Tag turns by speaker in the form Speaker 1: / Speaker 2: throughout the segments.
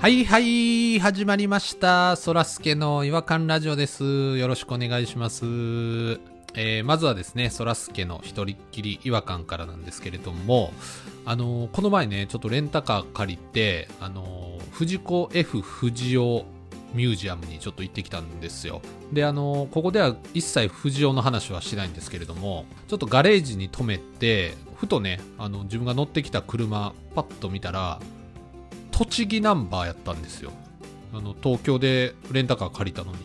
Speaker 1: はいはい、始まりました。そらすけの違和感ラジオです。よろしくお願いします。えーまずはですね、そらすけの一人っきり違和感からなんですけれども、あのーこの前ね、ちょっとレンタカー借りて、あのー藤子 F 不二雄ミュージアムにちょっと行ってきたんですよ。で、あのーここでは一切藤尾の話はしないんですけれども、ちょっとガレージに止めて、ふとね、あの、自分が乗ってきた車、パッと見たら、栃木ナンバーやったんですよあの東京でレンタカー借りたのに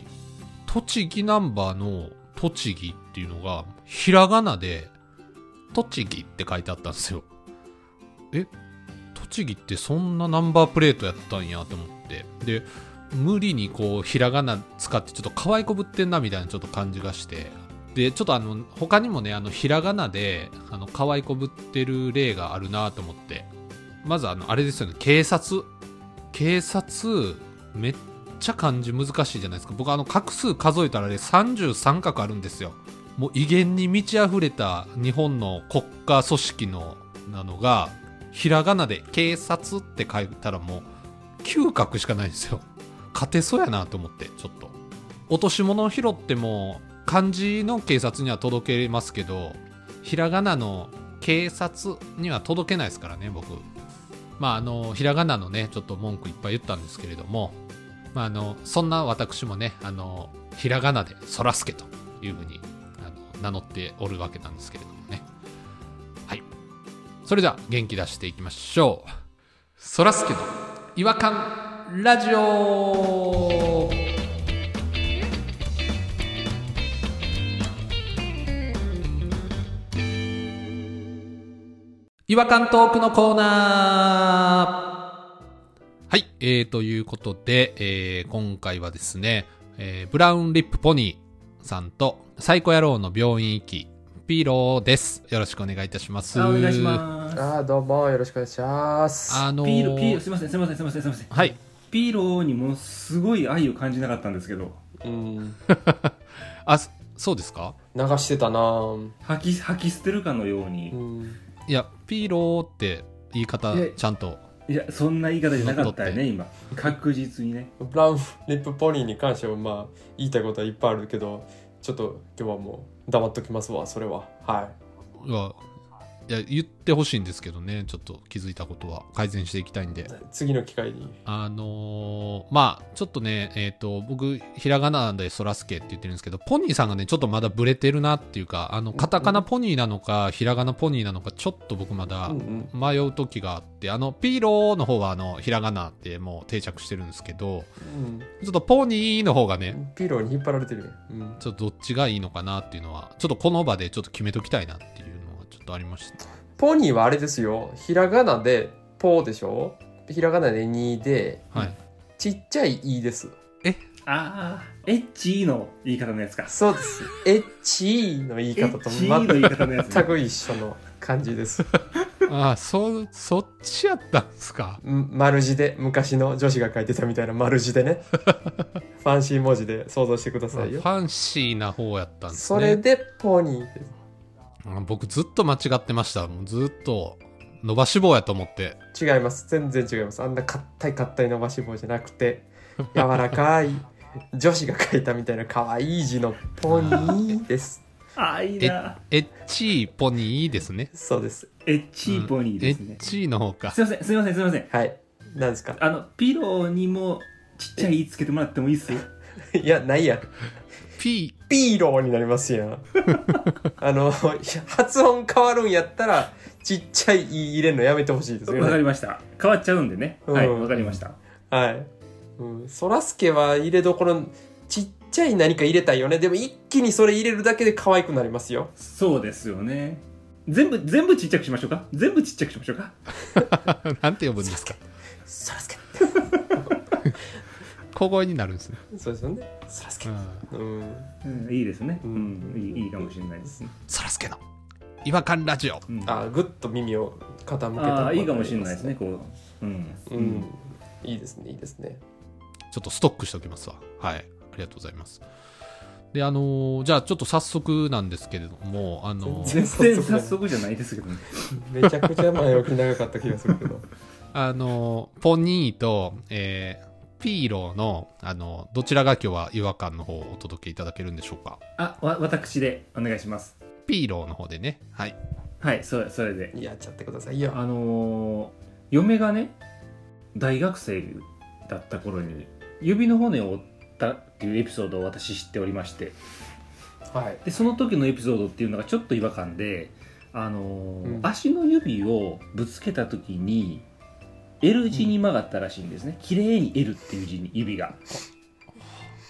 Speaker 1: 栃木ナンバーの栃木っていうのがひらがなで栃木って書いてあったんですよえ栃木ってそんなナンバープレートやったんやと思ってで無理にこうひらがな使ってちょっと可愛いこぶってんなみたいなちょっと感じがしてでちょっとあの他にもねあのひらがなであの可愛いこぶってる例があるなと思ってまずあのあれですよね警察警察めっちゃ漢字難しいじゃないですか僕あの画数数えたらね33画あるんですよもう威厳に満ち溢れた日本の国家組織のなのがひらがなで「警察」って書いたらもう嗅覚しかないんですよ勝てそうやなと思ってちょっと落とし物を拾っても漢字の警察には届けますけどひらがなの警察には届けないですからね僕まああのひらがなのねちょっと文句いっぱい言ったんですけれどもまああのそんな私もねあのひらがなでそらすけというふうにあの名乗っておるわけなんですけれどもねはいそれでは元気出していきましょうそらすけの違和感ラジオ違和感トークのコーナーはい、えー、ということで、えー今回はですね、えーブラウンリップポニーさんと、サイコ野郎の病院行き、ピーローです。よろしくお願いいたします。
Speaker 2: あお願いします。
Speaker 3: あーどうもよろしくお願いします。
Speaker 1: あのー
Speaker 2: ピーロピーロすみませんすみませんすみませんすみません。
Speaker 1: はい。
Speaker 2: ピーロにもすごい愛を感じなかったんですけど、
Speaker 3: うん、
Speaker 1: あ、そそうですか
Speaker 3: 流してたなぁ。
Speaker 2: 吐き吐き捨てるかのよう
Speaker 3: う
Speaker 2: に。
Speaker 3: ん、
Speaker 1: いや、ピーローって言い方
Speaker 2: いや、
Speaker 1: ちゃんと。
Speaker 2: いやそんな言い方じゃなかったよ
Speaker 1: 乗っ
Speaker 2: ね今。確実にね。
Speaker 3: ブラウンリップポニーに関してはまあ言いたいことはいっぱいあるけど、ちょっと今日はもう黙っときますわそれは。はい
Speaker 1: や、いや言ってほしいんですけどね、ちょっと気づいたことは改善していきたいんで。
Speaker 3: い。次の機会に。
Speaker 1: あのーまあ、ちょっとね、えっ、と、僕、ひらがなでそらすけって言ってるんですけど、ポニーさんがね、ちょっとまだブレてるなっていうか、あの、カタカナポニーなのか、ひらがなポニーなのか、ちょっと僕まだ
Speaker 3: うんうん。
Speaker 1: 迷う時があって、あの、ピーローの方は、あの、ひらがなってもう定着してるんですけど、ちょっとポニーの方がね
Speaker 3: う、ん、ピローに引っ張られてるね。うん。
Speaker 1: ちょっとどっちがいいのかなっていうのは、ちょっとこの場でちょっと決めときたいなっていうのはちょっとありました。
Speaker 3: ポニーはあれですよ。ひらがなでポーでしょ。ひらがなで2で、
Speaker 1: はい。
Speaker 3: ちっちゃい E です。
Speaker 2: ああエッチーの言い方のやつか。
Speaker 3: そうです。エッチーの言い
Speaker 2: エ
Speaker 3: 方
Speaker 2: ッ
Speaker 3: と
Speaker 2: チーの言い方のやつ、
Speaker 3: 全
Speaker 2: ね。
Speaker 3: く一緒の感じです。
Speaker 1: ああ、そ、そっちやったんすか。
Speaker 3: ん丸字で昔の女子が書いてたみたいな丸字 でねファンシー文字で想像してくだ
Speaker 1: フ
Speaker 3: さいよ、
Speaker 1: ァンシーな方やったんです
Speaker 3: そ
Speaker 1: ね。
Speaker 3: れでポニー
Speaker 1: あ僕ずっと間違ってました。もうずっと伸ばし棒やと思って。
Speaker 3: 違います全然違いますあんな硬い硬い伸ばし棒じゃなくて柔らかい女子が書いたみたいな可愛い字のポニ ーです
Speaker 2: ああいいな。
Speaker 1: エッチーポニーですね。
Speaker 3: そうです
Speaker 2: エッチーポニーです
Speaker 1: うんエ
Speaker 2: ね
Speaker 1: ッ。チーの方 か
Speaker 2: す。みませんすみませんすみません。
Speaker 3: はいなんですか
Speaker 2: あのピロにもちっちゃい「い」つけてもらってもいいっすよ。
Speaker 3: いやないやん
Speaker 1: ピ
Speaker 3: ピーローになります やんあの発音変わるんやったらちっちゃい「い」入れるのやめてほしいですよ
Speaker 2: わ
Speaker 3: ね
Speaker 2: かりました。変わっちゃうんでね。はい
Speaker 3: うん
Speaker 2: わかりました。
Speaker 3: はい。うん。そらすけは入れどころ、ちっちゃい何か入れたいよね。でも一気にそれ入れるだけで可愛くなりますよ。
Speaker 2: そうですよね全部全部ちっちゃくしましょうか全部ちっちゃくしましょうか
Speaker 1: ーなんて呼ぶんですか
Speaker 3: そらすけ。
Speaker 1: 小声になるんですね。
Speaker 3: そうですよね。そらすけ
Speaker 1: う。ん
Speaker 3: うん。
Speaker 2: うんいいですねう
Speaker 3: うん
Speaker 2: ん、いいいいかもしれないですね、
Speaker 1: そらすけの違和感ラジオ。
Speaker 2: うん、
Speaker 3: あ、ぐっと耳を傾けた
Speaker 2: あーいいかもしれないですね。こううん、
Speaker 3: う、ん。いいですね、いいですね。
Speaker 1: ちょっとストックしておきますわ。はい。ありがとうございます。で、あのーじゃあちょっと早速なんですけれども、あのー
Speaker 3: 全
Speaker 2: 全然早速じゃないですけどね
Speaker 3: めちゃくちゃ前置き長かった気がするけど。
Speaker 1: あの、ポニーと、えーピーローの、あの、どちらが今日は違和感の方をお届けいただけるんでしょうか。
Speaker 2: あわ私でお願いします
Speaker 1: ピーローの方でね。はい。
Speaker 2: はいそれそれで
Speaker 3: やっちゃってくださいよ
Speaker 2: あのー嫁がね大学生だった頃に指の骨を折ったっていうエピソードを私知っておりまして
Speaker 3: はい
Speaker 2: でその時のエピソードっていうのがちょっと違和感で、あのー
Speaker 3: うん
Speaker 2: 足の指をぶつけた時に L 字に曲がったらしいんですね、綺麗に L っていう字に指が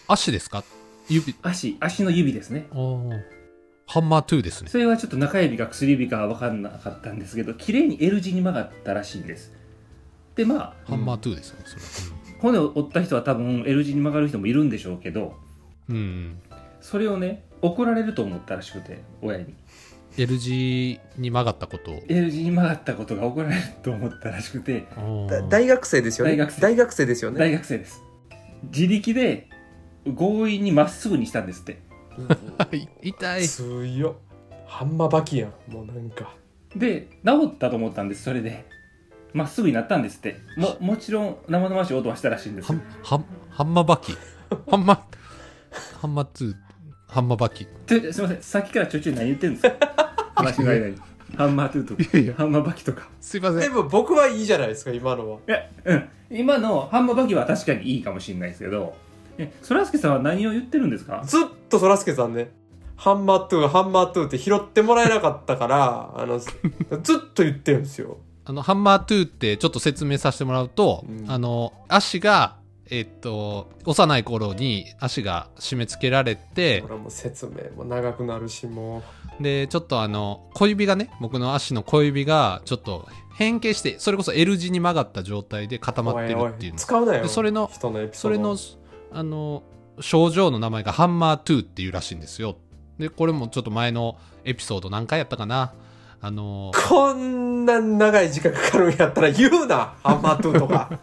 Speaker 1: 足ですか指。
Speaker 2: 足足の指ですね
Speaker 1: おーハンマー2ですね。
Speaker 2: それはちょっと中指か薬指かは分かんなかったんですけど綺麗に L 字に曲がったらしいんですでまあ
Speaker 1: ハンマー2ですね、それ。
Speaker 2: 骨を折った人は多分 L 字に曲がる人もいるんでしょうけど
Speaker 1: うん。うん、
Speaker 2: それをね怒られると思ったらしくて親に
Speaker 1: L 字に曲がったことを。
Speaker 2: L 字に曲がったことが怒られると思ったらしくて
Speaker 1: お
Speaker 3: だ
Speaker 1: ー
Speaker 3: 大学生ですよね
Speaker 2: 大学生
Speaker 3: ですよ
Speaker 2: 大
Speaker 3: ね
Speaker 2: 学生です自力で強引にまっすぐにしたんですって
Speaker 1: はい痛い。
Speaker 3: 強っハンマーバキやんもうなんか
Speaker 2: で治ったと思ったんですそれでまっすぐになったんですってももちろん生々しい音はしたらしいんです
Speaker 1: ハ
Speaker 2: よ
Speaker 1: ン、ハン、ハンマーバキ。ハンマ、ハンマー2、ハンマーバキ。い
Speaker 2: ちょすいませんさっきからちょいちょい何言ってるんですか 話の間にハンマートゥーとか
Speaker 1: やいや、
Speaker 2: ハンマーバキとか
Speaker 1: すいませ
Speaker 3: で
Speaker 1: ん。
Speaker 3: も僕はいいじゃないですか今のはい
Speaker 2: やうん今のハンマーバキは確かにいいかもしれないですけどえそらすけさんは何を言ってるんですか
Speaker 3: ずっとそらすけさんねハンマートゥーハンマートゥーって拾ってもらえなかっ たからあのずずっと言ってるんですよ
Speaker 1: あの、ハンマー2ってちょっと説明させてもらうと、
Speaker 3: うん
Speaker 1: あの、足が、えっと、幼い頃に足が締め付けられて
Speaker 3: ほ、らもう説明も長くなるしも
Speaker 1: で、ちょっとあの、小指がね、僕の足の小指がちょっと変形して、それこそ L 字に曲がった状態で固
Speaker 3: う
Speaker 1: まってる
Speaker 3: おい
Speaker 1: っていう
Speaker 3: おい
Speaker 1: の。
Speaker 3: 使うなよ
Speaker 1: でそれの
Speaker 3: 人のエピソ
Speaker 1: そ
Speaker 3: ード
Speaker 1: れの、あの、症状の名前がハンマー2っていうらしいんですよ。で、これもちょっと前のエピソード何回やったかな。あの、
Speaker 3: こんな長い時間かかるんやったら言うな、ハンマートゥー とか。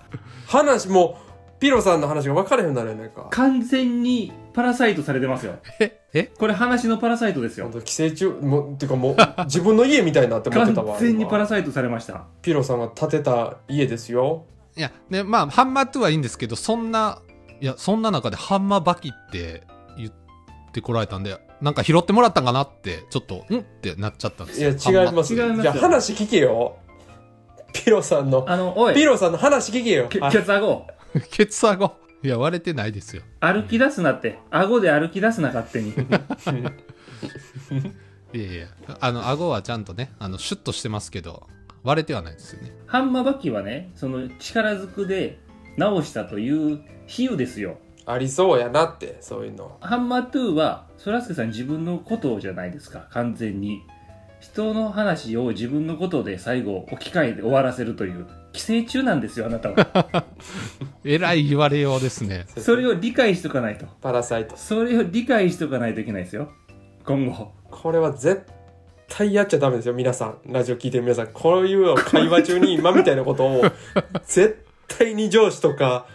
Speaker 3: 話、もう、ピロさんの話が分かれへんなるやないか。
Speaker 2: 完全にパラサイトされてますよ
Speaker 1: え、 え
Speaker 2: これ話のパラサイトです
Speaker 3: ほん
Speaker 2: よ
Speaker 3: と寄生虫、もう、てかもう、自分の家みたいになって思ってた
Speaker 2: 完
Speaker 3: わ。
Speaker 2: 全にパラ
Speaker 3: 今
Speaker 2: サイトされました
Speaker 3: ピロさんが建てた家ですよ。
Speaker 1: いや、ね、まあ、ハンマー2はいいんですけど、そんな、いや、そんな中でハンマーバキって言ってこられたんで、なんか拾ってもらったんかなって、ちょっと、んってなっちゃったんで
Speaker 3: い
Speaker 1: す
Speaker 3: や、
Speaker 1: よ。
Speaker 3: 違います。
Speaker 2: 違いますよ
Speaker 3: や、話聞けよ。ピロさんの、
Speaker 2: あのおい
Speaker 3: ピロさんの話聞けよ。
Speaker 2: け
Speaker 3: あ
Speaker 2: ケツ顎
Speaker 1: す。 ケツアゴ。いや、割れてないですよ。
Speaker 2: 歩き出すなって顎で歩き出すな勝手に
Speaker 1: いやいや、あの、顎はちゃんとね、あの、シュッとしてますけど、割れてはないですよね。
Speaker 2: ハンマーバキはねその力ずくで直したという比喩ですよ
Speaker 3: ありそうやなって、そういうの。
Speaker 2: ハンマートゥーはそらすけさん自分のことをじゃないですか完全に人の話を自分のことで最後置き換えて終わらせるという寄生虫なんですよあなたは
Speaker 1: えらい言われようですね。
Speaker 2: それを理解しとかないと
Speaker 3: パラサイト。
Speaker 2: それを理解しとかないといけないですよ今後
Speaker 3: これは絶対やっちゃダメですよ皆さんラジオ聞いてる皆さんこういう会話中に今みたいなことを絶対に上司とか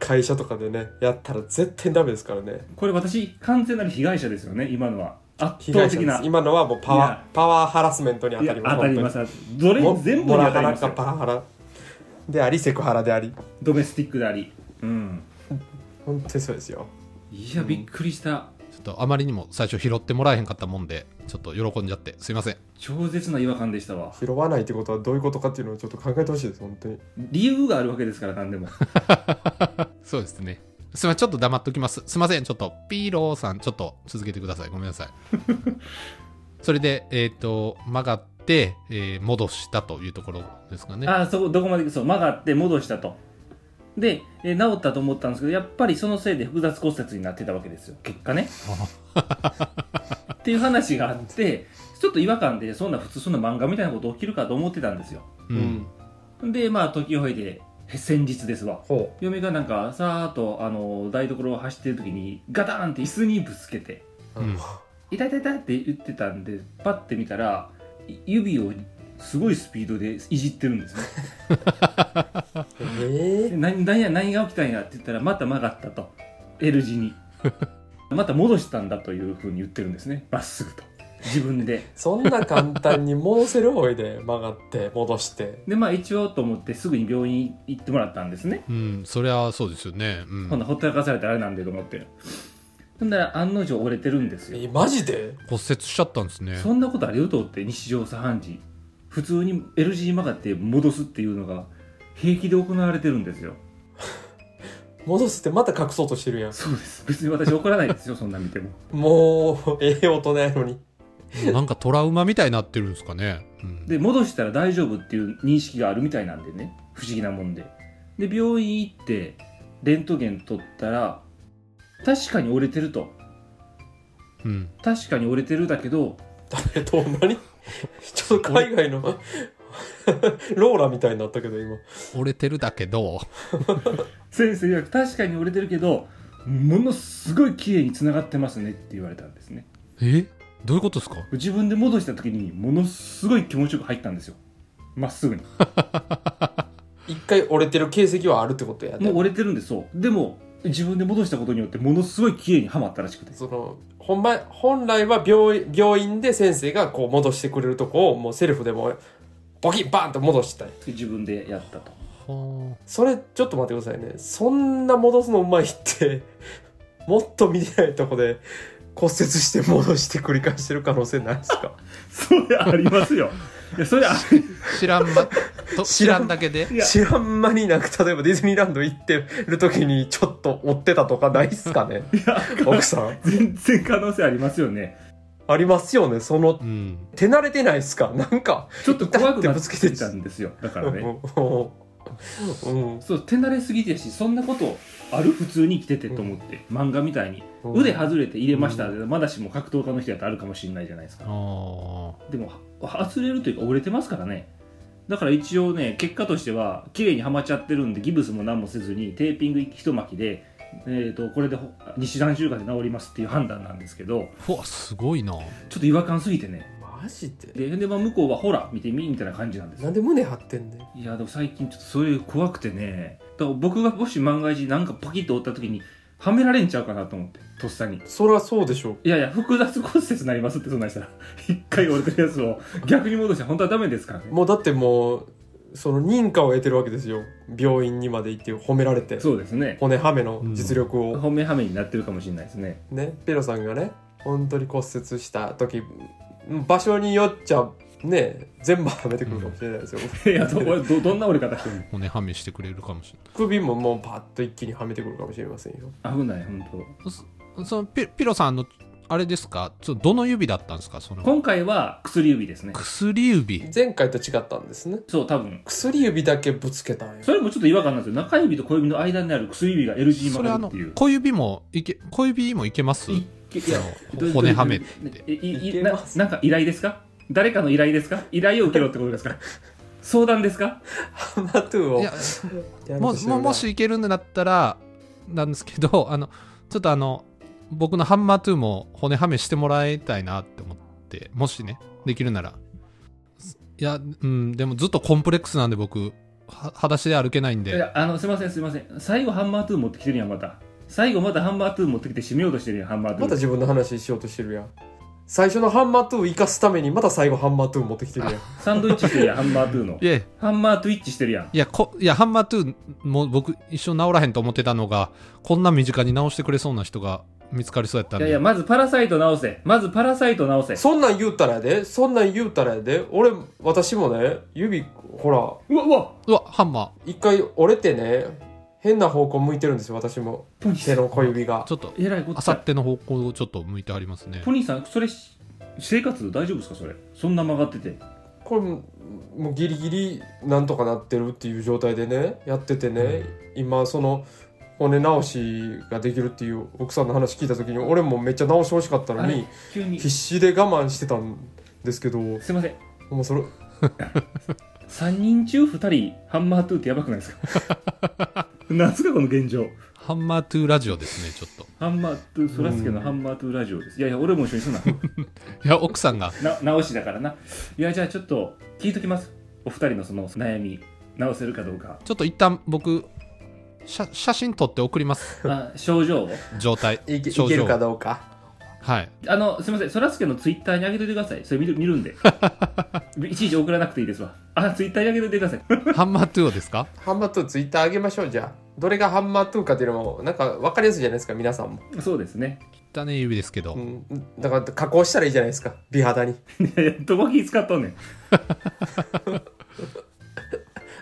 Speaker 3: 会社とかでねやったら絶対ダメですからね
Speaker 2: これ私完全なる被害者ですよね今のは圧
Speaker 3: 被
Speaker 2: 倒
Speaker 3: 害者
Speaker 2: 的
Speaker 3: で
Speaker 2: な
Speaker 3: す今のはもうパ
Speaker 2: い
Speaker 3: ワ
Speaker 2: や
Speaker 3: ーパワーハラスメントに当
Speaker 2: い
Speaker 3: た
Speaker 2: や
Speaker 3: ります
Speaker 2: 当たりますどれ
Speaker 3: 本当に
Speaker 2: 全部に
Speaker 3: モラ
Speaker 2: 当
Speaker 3: ハ
Speaker 2: たり
Speaker 3: ラ
Speaker 2: ます
Speaker 3: か
Speaker 2: よ
Speaker 3: パワハラでありセクハラであり
Speaker 2: ドメスティックでありうん
Speaker 3: 本当にそうですよ
Speaker 2: いやびっくりした
Speaker 1: ちょっとあまりにも最初拾ってもらえへんかったもんで、ちょっと喜んじゃって、すいません。
Speaker 2: 超絶な違和感でしたわ
Speaker 3: 拾わないってことはどういうことかっていうのをちょっと考えてほしいです本当に
Speaker 2: 理由があるわけですから何でも
Speaker 1: そうですね。すいません、ちょっと黙っときます。すいません、ちょっと、ピーローさん、ちょっと続けてください。ごめんな さい。それで、えっ、と、曲がって、えー戻したというところですかね。
Speaker 2: ああそこどこまでそう曲がって戻したとで、えー治ったと思ったんですけどやっぱりそのせいで複雑骨折になってたわけですよ結 果ねっていう話があってちょっと違和感でそんな普通そんな漫画みたいなこと起きるかと思ってたんですよ
Speaker 1: うん。
Speaker 2: でまあ時を経てへ先日ですわ
Speaker 3: ほ
Speaker 2: 嫁がなんかさーっとあの台所を走ってる時にガタンって椅子にぶつけて
Speaker 3: う、
Speaker 1: うん
Speaker 2: 「痛い痛い痛い」って言ってたんでパッて見たらい指をすごいスピードでいじってるんですね
Speaker 3: え
Speaker 2: で何何や何が起きたんやって言ったらまた曲がったと L 字にまた戻したんだというふうに言ってるんですねまっすぐと自分で。
Speaker 3: そんな簡単に戻せる方いで曲がって戻して
Speaker 2: で、まあ一応と思ってすぐに病院行ってもらったんですね。
Speaker 1: うん、そりゃそうですよね。うん
Speaker 2: こんな
Speaker 1: 骨
Speaker 2: ほったらかされたらあれなんでと思って。ほんなら案の定折れてるんですよ。
Speaker 3: えマジで
Speaker 1: 折しちゃったんですね。
Speaker 2: そんなことありうとって日常茶飯事。普通に L 字に曲がって戻すっていうのが平気で行われてるんですよ。
Speaker 3: 戻すってまた隠そうとしてるやん
Speaker 2: そうです。別に私怒らないです よ、そんな見ても。
Speaker 3: もうええ大人やのに
Speaker 1: なんかトラウマみたいになってるんですかね。うん、
Speaker 2: で、戻したら大丈夫っていう認識があるみたいなんでね。不思議なもんで。で、病院行って、レントゲン取ったら、確かに折れてると。
Speaker 1: うん、
Speaker 2: 確かに折れてるだけど、
Speaker 3: えっと何ちょっと海外のローラみたいになったけど今
Speaker 1: 折れてるだけど、
Speaker 2: 先生曰く確かに折れてるけどものすごい綺麗につながってますねって言われたんですね
Speaker 1: えどういうことですか
Speaker 2: 自分で戻した時にものすごい気持ちよく入ったんですよまっすぐに
Speaker 3: 一回折れてる形跡はあるってことやで
Speaker 2: もう折れてるんですそうでも自分で戻したことによってものすごい綺麗にはまったらしくて
Speaker 3: そのほんま本来は病院病院で先生がこう戻してくれるとこをもうセルフでもうボキッバーンと戻したい
Speaker 2: 自分でやったと
Speaker 1: は
Speaker 3: それちょっと待ってくださいねそんな戻すのうまいって もっと見てないとこで骨折して戻して繰り返してる可能性ないですか
Speaker 2: それあります よいやそれある
Speaker 1: あ知らんま、と知らんだけで
Speaker 2: いや
Speaker 3: 知らん間になんか例えばディズニーランド行ってる時にちょっと追ってたとかないっすかね奥さん
Speaker 2: 全然可能性ありますよね
Speaker 3: ありますよねその
Speaker 1: うん。
Speaker 3: 手慣れてないっすかなんか
Speaker 2: ちょっと怖くなっ
Speaker 3: ぶつけて
Speaker 2: てきたんですよだからね
Speaker 3: うんうん
Speaker 2: そう手慣れすぎてやしそんなことある普通に生きててと思って、漫画みたいに
Speaker 3: うん
Speaker 2: 腕外れて入れましたで、まだしも格闘家の人やったらあるかもしれないじゃないですか
Speaker 1: あ
Speaker 2: でもは外れるというか折れてますからねだから一応ね結果としては綺麗にはまっちゃってるんでギブスも何もせずにテーピング一巻きで、えー、とこれでほ西段週間で治りますっていう判断なんですけど
Speaker 1: あ。うわ、すごいな。
Speaker 2: ちょっと違和感すぎてね
Speaker 3: マジで
Speaker 2: でで、まあ、向こうはほら見てみみたいな感じなんです
Speaker 3: なんで胸張ってんねん
Speaker 2: いやでも最近ちょっとそういう怖くてねだから僕がもし万が一なんかパキッと折った時にはめられんちゃうかなと思ってとっさに
Speaker 3: そりゃそうでしょう
Speaker 2: いやいや複雑骨折になりますってそんなんしたら一回折れてるやつを逆に戻して本当はダメですからね
Speaker 3: もうだってもうその認可を得てるわけですよ病院にまで行って褒められて
Speaker 2: そうですね
Speaker 3: 骨はめの実力を、
Speaker 2: 本命はめになってるかもしれないですね
Speaker 3: ねペロさんがね本当に骨折した時場所によっちゃね全部はめてくるかもしれないですよ、
Speaker 2: いやどどどんな折れ方しても
Speaker 1: 骨はめしてくれるかもしれ
Speaker 3: 首ももうパッと一気にはめてくるかもしれませんよ
Speaker 2: 危ない本
Speaker 1: ない。そのピピロさんの、あれですかちょどの指だったんですかそ
Speaker 2: 当
Speaker 1: の
Speaker 2: 今回は薬指ですね
Speaker 1: 薬指。
Speaker 3: 前回と違ったんですね
Speaker 2: そう多分
Speaker 3: 薬指だけぶつけたんよ
Speaker 2: それもちょっと違和感なんですよ中指と小指の間にある薬指が L 字に
Speaker 1: それ
Speaker 2: 曲
Speaker 1: あ
Speaker 2: がるっ
Speaker 1: の
Speaker 2: ていう、
Speaker 1: 小指もいけ、小指もいけます
Speaker 2: いけいや
Speaker 1: そう骨はめて
Speaker 2: えい
Speaker 3: い
Speaker 2: い
Speaker 3: け
Speaker 2: な
Speaker 3: ます
Speaker 2: なんか依頼ですか誰かの依頼ですか依頼を受けろってことですか相談ですか
Speaker 3: ハマトゥーを
Speaker 1: いや、
Speaker 3: やろ
Speaker 1: も
Speaker 3: うとてるな
Speaker 1: ももしいけるんだったらなんですけど あのちょっとあの僕のハンマートゥーも骨はめしてもらいたいなって思ってもしねできるならすいやうんでもずっとコンプレックスなんで僕は裸足で歩けないん
Speaker 2: い
Speaker 1: で
Speaker 2: やあのすいませんすいません最後ハンマートゥー持ってきてるやんまた最後またハンマートゥー持ってきて締めようとしてるやんハンマートゥ
Speaker 3: ま
Speaker 2: ー
Speaker 3: た自分の話しようとしてるやん最初のハンマートゥー生かすためにまた最後ハンマートゥー持ってきてるやん
Speaker 2: サンドイッチしてるやんハンマートゥーの
Speaker 1: いやい
Speaker 2: ハンマートゥイッチしてるやん
Speaker 1: やこいやハンマートゥーも僕一生治らへんと思ってたのがこんな身近に治してくれそうな人が見つかりそうやったん
Speaker 2: い
Speaker 1: で
Speaker 2: やいやまずパラサイト直せまずパラサイト直せ
Speaker 3: そんなん言うたらやで、そんなん言うたらやで、俺、私もね、指、ほら、
Speaker 2: うわうわ
Speaker 1: うわハンマ
Speaker 3: 一回折れてね、変な方向向いてるんですよ、私も。
Speaker 2: ポニー
Speaker 3: 手
Speaker 2: さん
Speaker 3: の小指が
Speaker 1: ーち。ょっと
Speaker 2: えらいこ
Speaker 1: あ
Speaker 2: っ
Speaker 1: さ
Speaker 2: た
Speaker 1: っての方向をちょっと向いてありますね
Speaker 2: ポニーさんそれし生活大丈夫ですかそれそんな曲がってて
Speaker 3: これ、もうギリギリなんとかなってるっていう状態でね、やっててね、今、その、骨直しができるっていう奥さんの話聞いた時に、俺もめっちゃ直してほしかったの
Speaker 2: あれ
Speaker 3: に、
Speaker 2: 急に
Speaker 3: 必
Speaker 2: す
Speaker 3: 死で我慢してたんですけど、
Speaker 2: い
Speaker 3: も
Speaker 2: ません
Speaker 3: うそれ、
Speaker 2: 3人中2人ハンマートゥーってやばくないですか なんすかこの現状
Speaker 1: ハンマートゥーラジオですねちょっと
Speaker 2: ハンマートゥーそらすけのハンマートゥーラジオですいやいや俺も一緒にすんない
Speaker 1: や奥さんが
Speaker 2: な直しだからないやじゃあちょっと聞いときますお二人のその悩み直せるかどう か
Speaker 1: ちょっと一旦僕写写真撮って送ります
Speaker 2: あ症状を
Speaker 1: 状態
Speaker 3: いけい
Speaker 1: 症
Speaker 3: けるか
Speaker 1: 状
Speaker 3: どうか。
Speaker 1: はい。
Speaker 2: あの、すみません、そらすけのツイッターに上げといてください。それ見る見るん で。いちいち送らなくていいですわ。あ、ツイッターに上げといてください。
Speaker 1: ハンマー2をですか
Speaker 3: ハンマー2ツイッター上げましょうじゃあどれがハンマー2かっていうのもなんか分かりやすいじゃないですか皆さんも、
Speaker 2: そうですね。
Speaker 1: 汚ね指ですけど。
Speaker 3: うん、だから加工したらいいじゃないですか美肌に
Speaker 2: どこ気使っとんねん。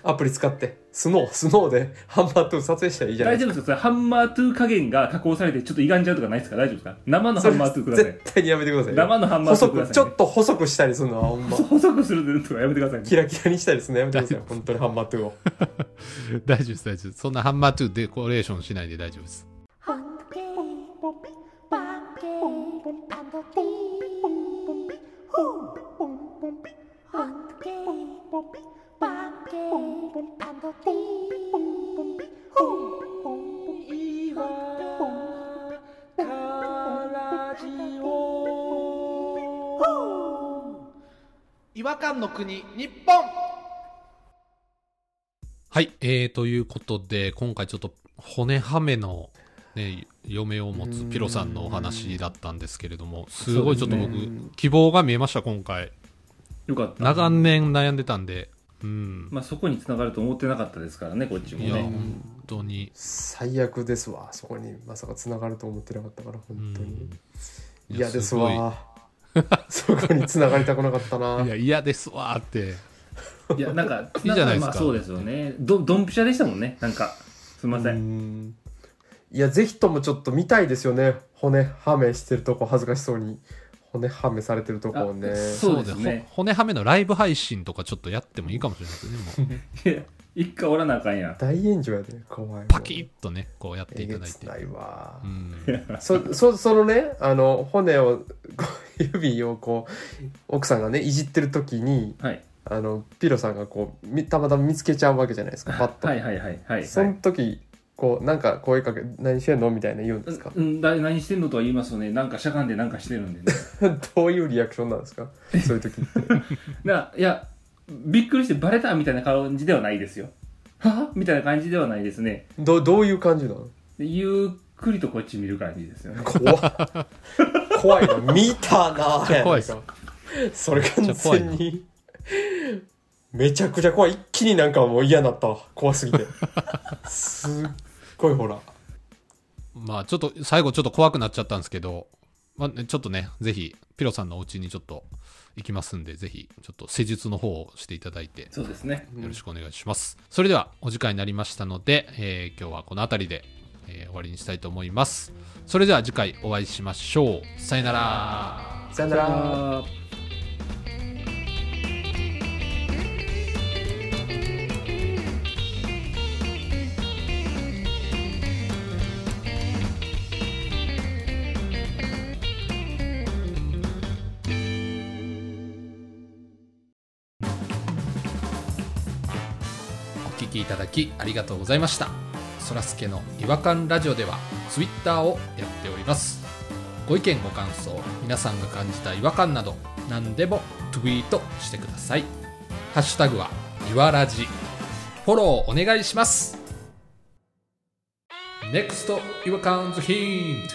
Speaker 3: アプリ使ってスノースノーでハンマー2撮影したらいいじゃない
Speaker 2: 大
Speaker 3: です
Speaker 2: 丈夫ですかそれハンマー2加減が加工されてちょっと歪んじゃうとかないですか大丈夫ですか生の
Speaker 3: か
Speaker 2: ハンマー2ください。
Speaker 3: 絶対にやめてくださいよ
Speaker 2: 生のハンマー
Speaker 3: 細
Speaker 2: 2くだ
Speaker 3: く
Speaker 2: さい、ね。
Speaker 3: ちょっと細くしたりするのはほんま
Speaker 2: そう細くするとかやめてください、ね。
Speaker 3: キラキラにしたりするのやめてください本当にハンマー2を
Speaker 1: 大丈夫です、大丈夫です。そんなハンマー2デコレーションしないで大丈夫です。
Speaker 4: Hunky,
Speaker 5: 違和感の国日本
Speaker 1: はい。えー、ということで、今回ちょっと骨はめの、ね、嫁を持つピロさんのお話だったんですけれども、すごいちょっと僕、希望が見えました、今回。
Speaker 2: よかった。
Speaker 1: 長年悩んでたんで、うん。
Speaker 2: まあそこに繋がると思ってなかったですからね、こっちも
Speaker 1: いや、
Speaker 2: ね。
Speaker 1: 本当に。
Speaker 3: 最悪ですわそこにまさか繋がると思ってなかったから本当に
Speaker 1: うん
Speaker 3: 嫌ですわそこに繋がりたくなかったない
Speaker 1: や、嫌ですわーって。
Speaker 2: いや、なんか、
Speaker 1: いいじゃないですか
Speaker 2: まあそうですよね。ど、ドンピシャでしたもんね。なんか、すみませ。
Speaker 3: うんんいやぜひともちょっと見たいですよね骨はめしてるとこ恥ずかしそうに骨はめされてるとこをね
Speaker 2: あそうですね
Speaker 1: ほ骨はめのライブ配信とかちょっとやってもいいかもしれないです ね。もう
Speaker 2: いや、一回おらなあかんやん。
Speaker 3: 大炎上やで怖い
Speaker 1: パキッとね、こうやって
Speaker 3: え
Speaker 1: いた
Speaker 3: げ
Speaker 1: だい
Speaker 3: つ
Speaker 1: て。
Speaker 3: ないわ
Speaker 1: うん。
Speaker 3: そそそのねあの骨をこう指をこう奥さんがねいじってる時に
Speaker 2: はい。
Speaker 3: あのピロさんがこうみたまたま見つけちゃうわけじゃないですかパッと、
Speaker 2: はいはいはいはい、はい。
Speaker 3: その時こうなんか声かけ「何してんの?」みたいな言うんですか
Speaker 2: うん、だ何してんのとは言いますよね。なんかしゃがんでなんかしてるんでね。
Speaker 3: どういうリアクションなんですかそういう時って
Speaker 2: ないや、びっくりしてバレたみたいな感じではないですよ。はみたいな感じではないですね。
Speaker 3: どどういう感じなの
Speaker 2: でゆっくりとこっち見る感じですよね。
Speaker 3: 怖っ怖いな見たな
Speaker 1: ちょ怖いっす
Speaker 3: なんかそれ完全にめちゃくちゃ怖い一気になんかもう嫌になったわ怖すぎ てすっごいほら
Speaker 1: まあちょっと最後ちょっと怖くなっちゃったんですけど、まあね、ちょっとね、ぜひピロさんのお家にちょっと行きますんで、ぜひちょっと施術の方をしていただいて、よ
Speaker 2: そうですね。
Speaker 1: ろしくお願いします。それではお時間になりましたので、えー今日はこの辺りで、えー終わりにしたいと思います。それでは次回お会いしましょう。さよなら。
Speaker 3: さよなら
Speaker 2: あー
Speaker 1: お聞きいただきありがとうございましたそらすけの違和感ラジオではツイッターをやっておりますご意見ご感想皆さんが感じた違和感など何でもツイートしてくださいハッシュタグはいわらじフォローお願いします NEXT 違和感ズヒン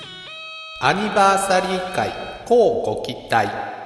Speaker 1: ト
Speaker 5: アニバーサリー会こうご期待